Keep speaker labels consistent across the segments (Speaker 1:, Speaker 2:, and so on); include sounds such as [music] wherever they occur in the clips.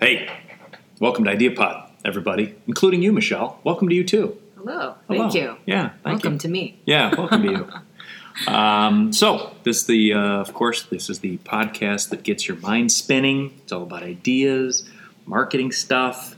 Speaker 1: Hey, welcome to Idea Pod, everybody, including you, Michelle. Welcome to you too.
Speaker 2: Hello.
Speaker 1: Hello.
Speaker 2: Thank you.
Speaker 1: Yeah, thank
Speaker 2: Welcome
Speaker 1: you.
Speaker 2: to me.
Speaker 1: Yeah, welcome to you. Um, so this the uh, of course this is the podcast that gets your mind spinning. It's all about ideas, marketing stuff,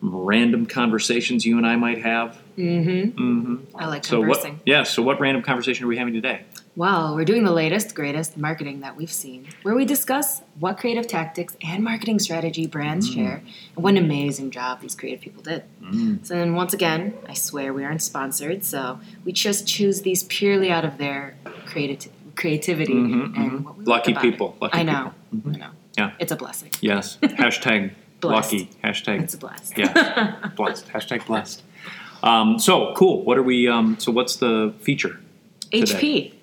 Speaker 1: random conversations you and I might have.
Speaker 2: Mm-hmm.
Speaker 1: hmm
Speaker 2: I like
Speaker 1: So what?
Speaker 2: conversing.
Speaker 1: Yeah. So what random conversation are we having today?
Speaker 2: Well, we're doing the latest, greatest marketing that we've seen, where we discuss what creative tactics and marketing strategy brands share, and what an amazing job these creative people did.
Speaker 1: Mm.
Speaker 2: So, then once again, I swear we aren't sponsored, so we just choose these purely out of their creative creativity
Speaker 1: Mhm,
Speaker 2: and
Speaker 1: mhm.
Speaker 2: what we like
Speaker 1: Lucky
Speaker 2: about
Speaker 1: people.
Speaker 2: it.
Speaker 1: Lucky
Speaker 2: I know.
Speaker 1: people. Mm-hmm.
Speaker 2: I know.
Speaker 1: Yeah.
Speaker 2: It's a blessing.
Speaker 1: Yes.
Speaker 2: [laughs]
Speaker 1: Hashtag
Speaker 2: Blessed.
Speaker 1: lucky. Hashtag
Speaker 2: It's a blast.
Speaker 1: Yeah.
Speaker 2: [laughs]
Speaker 1: blessed. Hashtag blessed. Um, so cool. What are we? Um, so what's the feature?
Speaker 2: HP.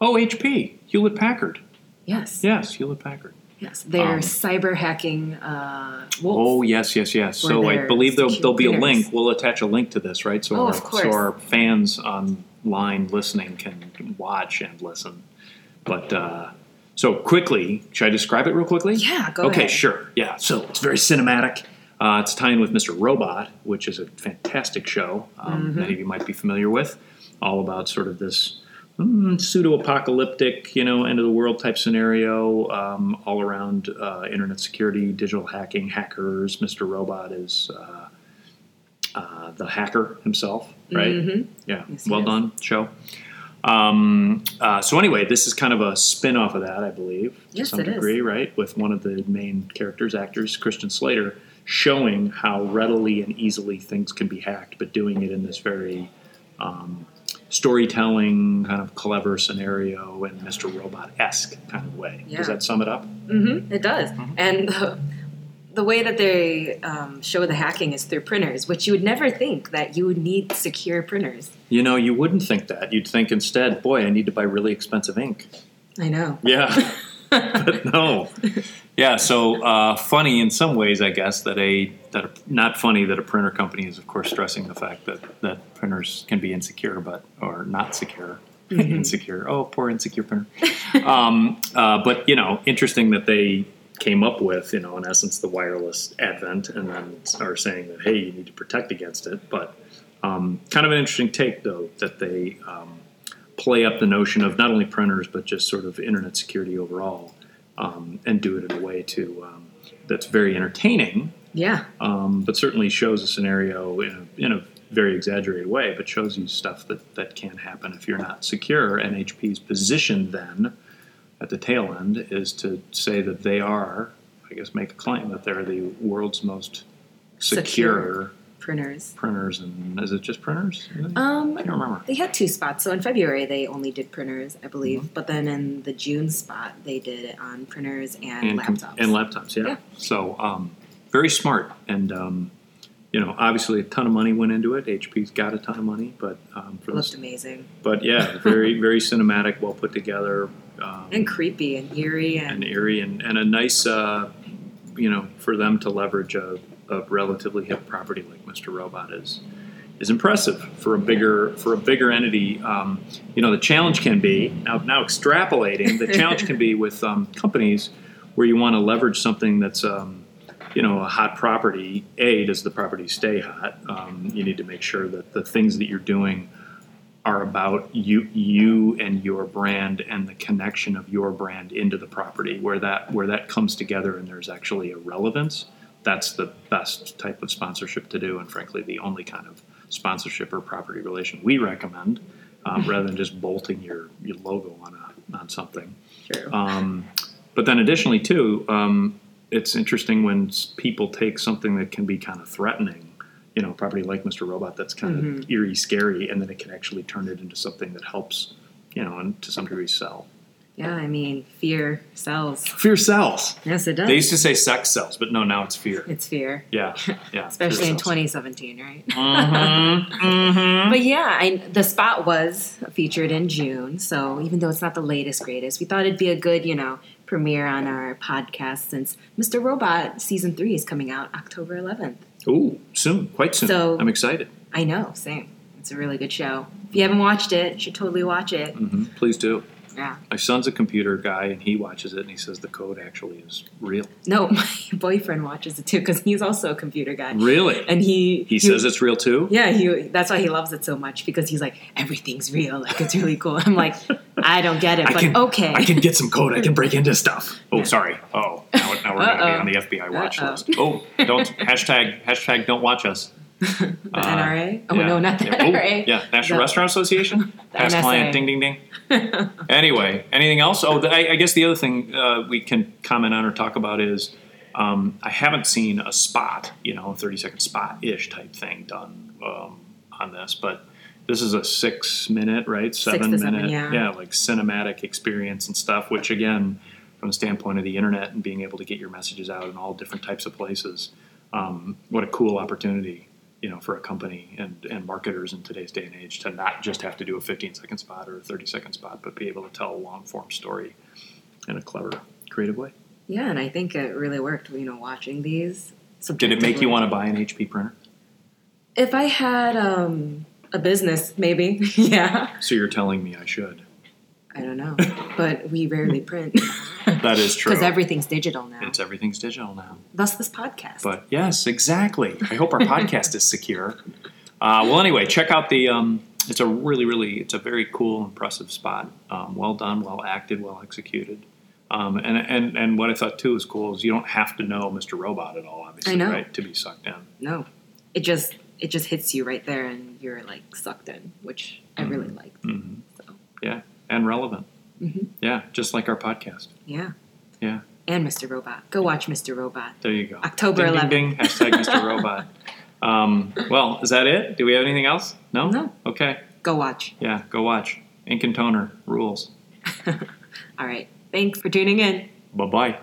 Speaker 1: Oh, HP. Hewlett Packard.
Speaker 2: Yes.
Speaker 1: Yes, Hewlett Packard.
Speaker 2: Yes. They're
Speaker 1: Um,
Speaker 2: cyber hacking uh, wolf.
Speaker 1: Oh yes, yes, yes.
Speaker 2: Or
Speaker 1: So I
Speaker 2: their
Speaker 1: believe there'll,
Speaker 2: secure
Speaker 1: there'll be a
Speaker 2: printers.
Speaker 1: link. We'll attach a link to this, right? So
Speaker 2: Oh,
Speaker 1: our,
Speaker 2: of course.
Speaker 1: so our fans online listening can watch and listen. But uh, so quickly, should I describe it real quickly?
Speaker 2: Yeah, go
Speaker 1: okay,
Speaker 2: ahead.
Speaker 1: sure. Yeah, so it's very cinematic. Uh, it's tying with Mr. Robot, which is a fantastic show um,
Speaker 2: Mm-hmm.
Speaker 1: many of you might be familiar with, all about sort of this mm, pseudo-apocalyptic, you know, end of the world type scenario, um, all around uh, internet security, digital hacking, hackers. Mr. Robot is uh, uh, the hacker himself, right?
Speaker 2: Mhm.
Speaker 1: Yeah,
Speaker 2: Yes,
Speaker 1: well
Speaker 2: yes.
Speaker 1: done, show. Um, uh, so anyway, this is kind of a spin off of that, I believe,
Speaker 2: Yes,
Speaker 1: to some
Speaker 2: it is.
Speaker 1: degree, right? With one of the main characters, actors, Christian Slater, showing how readily and easily things can be hacked, but doing it in this very um, storytelling kind of clever scenario and Mr. Robot esque kind of way. Does
Speaker 2: Yeah.
Speaker 1: that sum it up?
Speaker 2: Mm-hmm, it does. And the, the way that they um, show the hacking is through printers, which you would never think that you would need secure printers.
Speaker 1: You know, you wouldn't think that. You'd think instead, boy, I need to buy really expensive ink.
Speaker 2: I know.
Speaker 1: Yeah. but no. Yeah, so uh, funny in some ways, I guess that a that a, not funny that a printer company is, of course, stressing the fact that that printers can be insecure, but or not secure, insecure. Oh, poor insecure printer. [laughs] um, uh, but you know, interesting that they came up with, you know, in essence, the wireless advent, and then are saying that hey, you need to protect against it. But um, kind of an interesting take, though, that they. Um, play up the notion of not only printers but just sort of internet security overall, um, and do it in a way to um, that's very entertaining,
Speaker 2: Yeah.
Speaker 1: um, but certainly shows a scenario in a, in a very exaggerated way, but shows you stuff that that can happen if you're not secure. And HP's position then at the tail end is to say that they are, I guess, make a claim that they're the world's most secure.
Speaker 2: Secure. Printers.
Speaker 1: Printers and is it just printers? I
Speaker 2: Um,
Speaker 1: can't remember.
Speaker 2: they had two spots. So in February, they only did printers, I believe.
Speaker 1: Mm-hmm.
Speaker 2: But then in the June spot, they did it on printers and,
Speaker 1: com-
Speaker 2: laptops.
Speaker 1: and laptops. Yeah.
Speaker 2: Yeah.
Speaker 1: So um, very smart, and um, you know, obviously a ton of money went into it. HP's got a ton of money, but um, for
Speaker 2: Looked
Speaker 1: this,
Speaker 2: amazing.
Speaker 1: but yeah, very very cinematic, well put together, um,
Speaker 2: And creepy and eerie and,
Speaker 1: and eerie, and, and a nice uh, you know for them to leverage a, a relatively hip property like Mr. Robot is. Is impressive for a bigger for a bigger entity. Um, you know, the challenge can be now now extrapolating. The challenge can be with um, companies where you want to leverage something that's um, you know a hot property a does the property stay hot um, you need to make sure that the things that you're doing are about you you and your brand and the connection of your brand into the property where that where that comes together and there's actually a relevance that's the best type of sponsorship to do and frankly the only kind of sponsorship or property relation we recommend um, rather than just bolting your, your logo on a, on something
Speaker 2: true.
Speaker 1: um, but then additionally, too, um, it's interesting when s- people take something that can be kind of threatening, you know, a property like Mr. Robot that's kind
Speaker 2: Mm-hmm.
Speaker 1: of eerie, scary, and then it can actually turn it into something that helps, you know, and to some degree sell.
Speaker 2: yeah, I mean, fear sells.
Speaker 1: Fear sells.
Speaker 2: Yes, it does.
Speaker 1: They used to say sex sells, but no, now it's fear.
Speaker 2: it's fear. [laughs]
Speaker 1: Yeah, yeah.
Speaker 2: Especially
Speaker 1: fear
Speaker 2: in
Speaker 1: sells.
Speaker 2: 2017, right?
Speaker 1: Mhm, mhm.
Speaker 2: But yeah, I, the spot was featured in June, so even though it's not the latest greatest, we thought it'd be a good, you know, premiere on our podcast since Mr. Robot season three is coming out October 11th.
Speaker 1: Ooh, soon, quite soon.
Speaker 2: So-
Speaker 1: I'm excited.
Speaker 2: I know, same. It's a really good show. If you haven't watched it, you should totally watch it.
Speaker 1: hmm Please do.
Speaker 2: Yeah.
Speaker 1: My son's a computer guy, and he watches it, and he says the code actually is real.
Speaker 2: No, [laughs] my boyfriend watches it too because he's also a computer guy,
Speaker 1: Really?
Speaker 2: and he
Speaker 1: He says it's real too.
Speaker 2: Yeah, he. That's why he loves it so much because he's like everything's real. Like it's really cool. I'm like, I don't get it,
Speaker 1: I
Speaker 2: but
Speaker 1: can,
Speaker 2: okay.
Speaker 1: I can get some code. I
Speaker 2: [laughs]
Speaker 1: can break into stuff. Oh,
Speaker 2: Yeah.
Speaker 1: sorry. Oh, now, now we're going
Speaker 2: Uh-oh.
Speaker 1: to be on the FBI watch
Speaker 2: Uh-oh.
Speaker 1: list. Oh,
Speaker 2: [laughs]
Speaker 1: don't hashtag hashtag don't watch us. Uh,
Speaker 2: the NRA. Oh
Speaker 1: Yeah.
Speaker 2: no, not the
Speaker 1: yeah. Oh,
Speaker 2: NRA.
Speaker 1: yeah, National
Speaker 2: The-
Speaker 1: Restaurant Association.
Speaker 2: [laughs] The
Speaker 1: Past
Speaker 2: NSA.
Speaker 1: client. Ding ding ding.
Speaker 2: [laughs]
Speaker 1: anyway, anything else? Oh, the, I, I guess the other thing uh, we can comment on or talk about is um, I haven't seen a spot, you know, thirty second spot ish type thing done um, on this, but this is a six minute, right?
Speaker 2: Six to
Speaker 1: Seven minute,
Speaker 2: seven, yeah.
Speaker 1: like cinematic experience and stuff. Which again, from the standpoint of the internet and being able to get your messages out in all different types of places, um, what a cool opportunity. You know, for a company and, and marketers in today's day and age to not just have to do a 15 second spot or a 30 second spot, but be able to tell a long form story in a clever, creative way.
Speaker 2: Yeah, and I think it really worked. You know, watching these.
Speaker 1: Did it make you
Speaker 2: subjectively.
Speaker 1: want to buy an HP printer?
Speaker 2: If I had um, a business, maybe. [laughs] yeah.
Speaker 1: So you're telling me I
Speaker 2: [laughs]
Speaker 1: should.
Speaker 2: I don't know, but we rarely print.
Speaker 1: That is [laughs] true.
Speaker 2: Because everything's digital now.
Speaker 1: it's everything's digital now.
Speaker 2: Thus, this podcast.
Speaker 1: But yes, exactly. I hope our podcast is secure. Uh, well, anyway, check out the. Um, it's a really, really, it's a very cool, impressive spot. Um, well done, well acted, well executed. Um, and and and what I thought too is cool is you don't have to know Mr. Robot at all, obviously,
Speaker 2: I know.
Speaker 1: right, to be sucked in.
Speaker 2: no, it just it just hits you right there, and you're like sucked in, which I really liked.
Speaker 1: Mhm.
Speaker 2: So
Speaker 1: Yeah, and relevant.
Speaker 2: Mhm.
Speaker 1: Yeah, just like our podcast.
Speaker 2: yeah,
Speaker 1: Yeah,
Speaker 2: and Mr. Robot. Go watch Mr. Robot.
Speaker 1: there you go.
Speaker 2: October
Speaker 1: ding,
Speaker 2: 11th.
Speaker 1: Ding, ding. Hashtag
Speaker 2: [laughs]
Speaker 1: Mr. Robot. Um, well, is that it? Do we have anything else? No.
Speaker 2: No.
Speaker 1: Okay.
Speaker 2: Go watch.
Speaker 1: Yeah, go watch. Ink and toner rules.
Speaker 2: All right. Thanks for tuning in.
Speaker 1: Bye bye.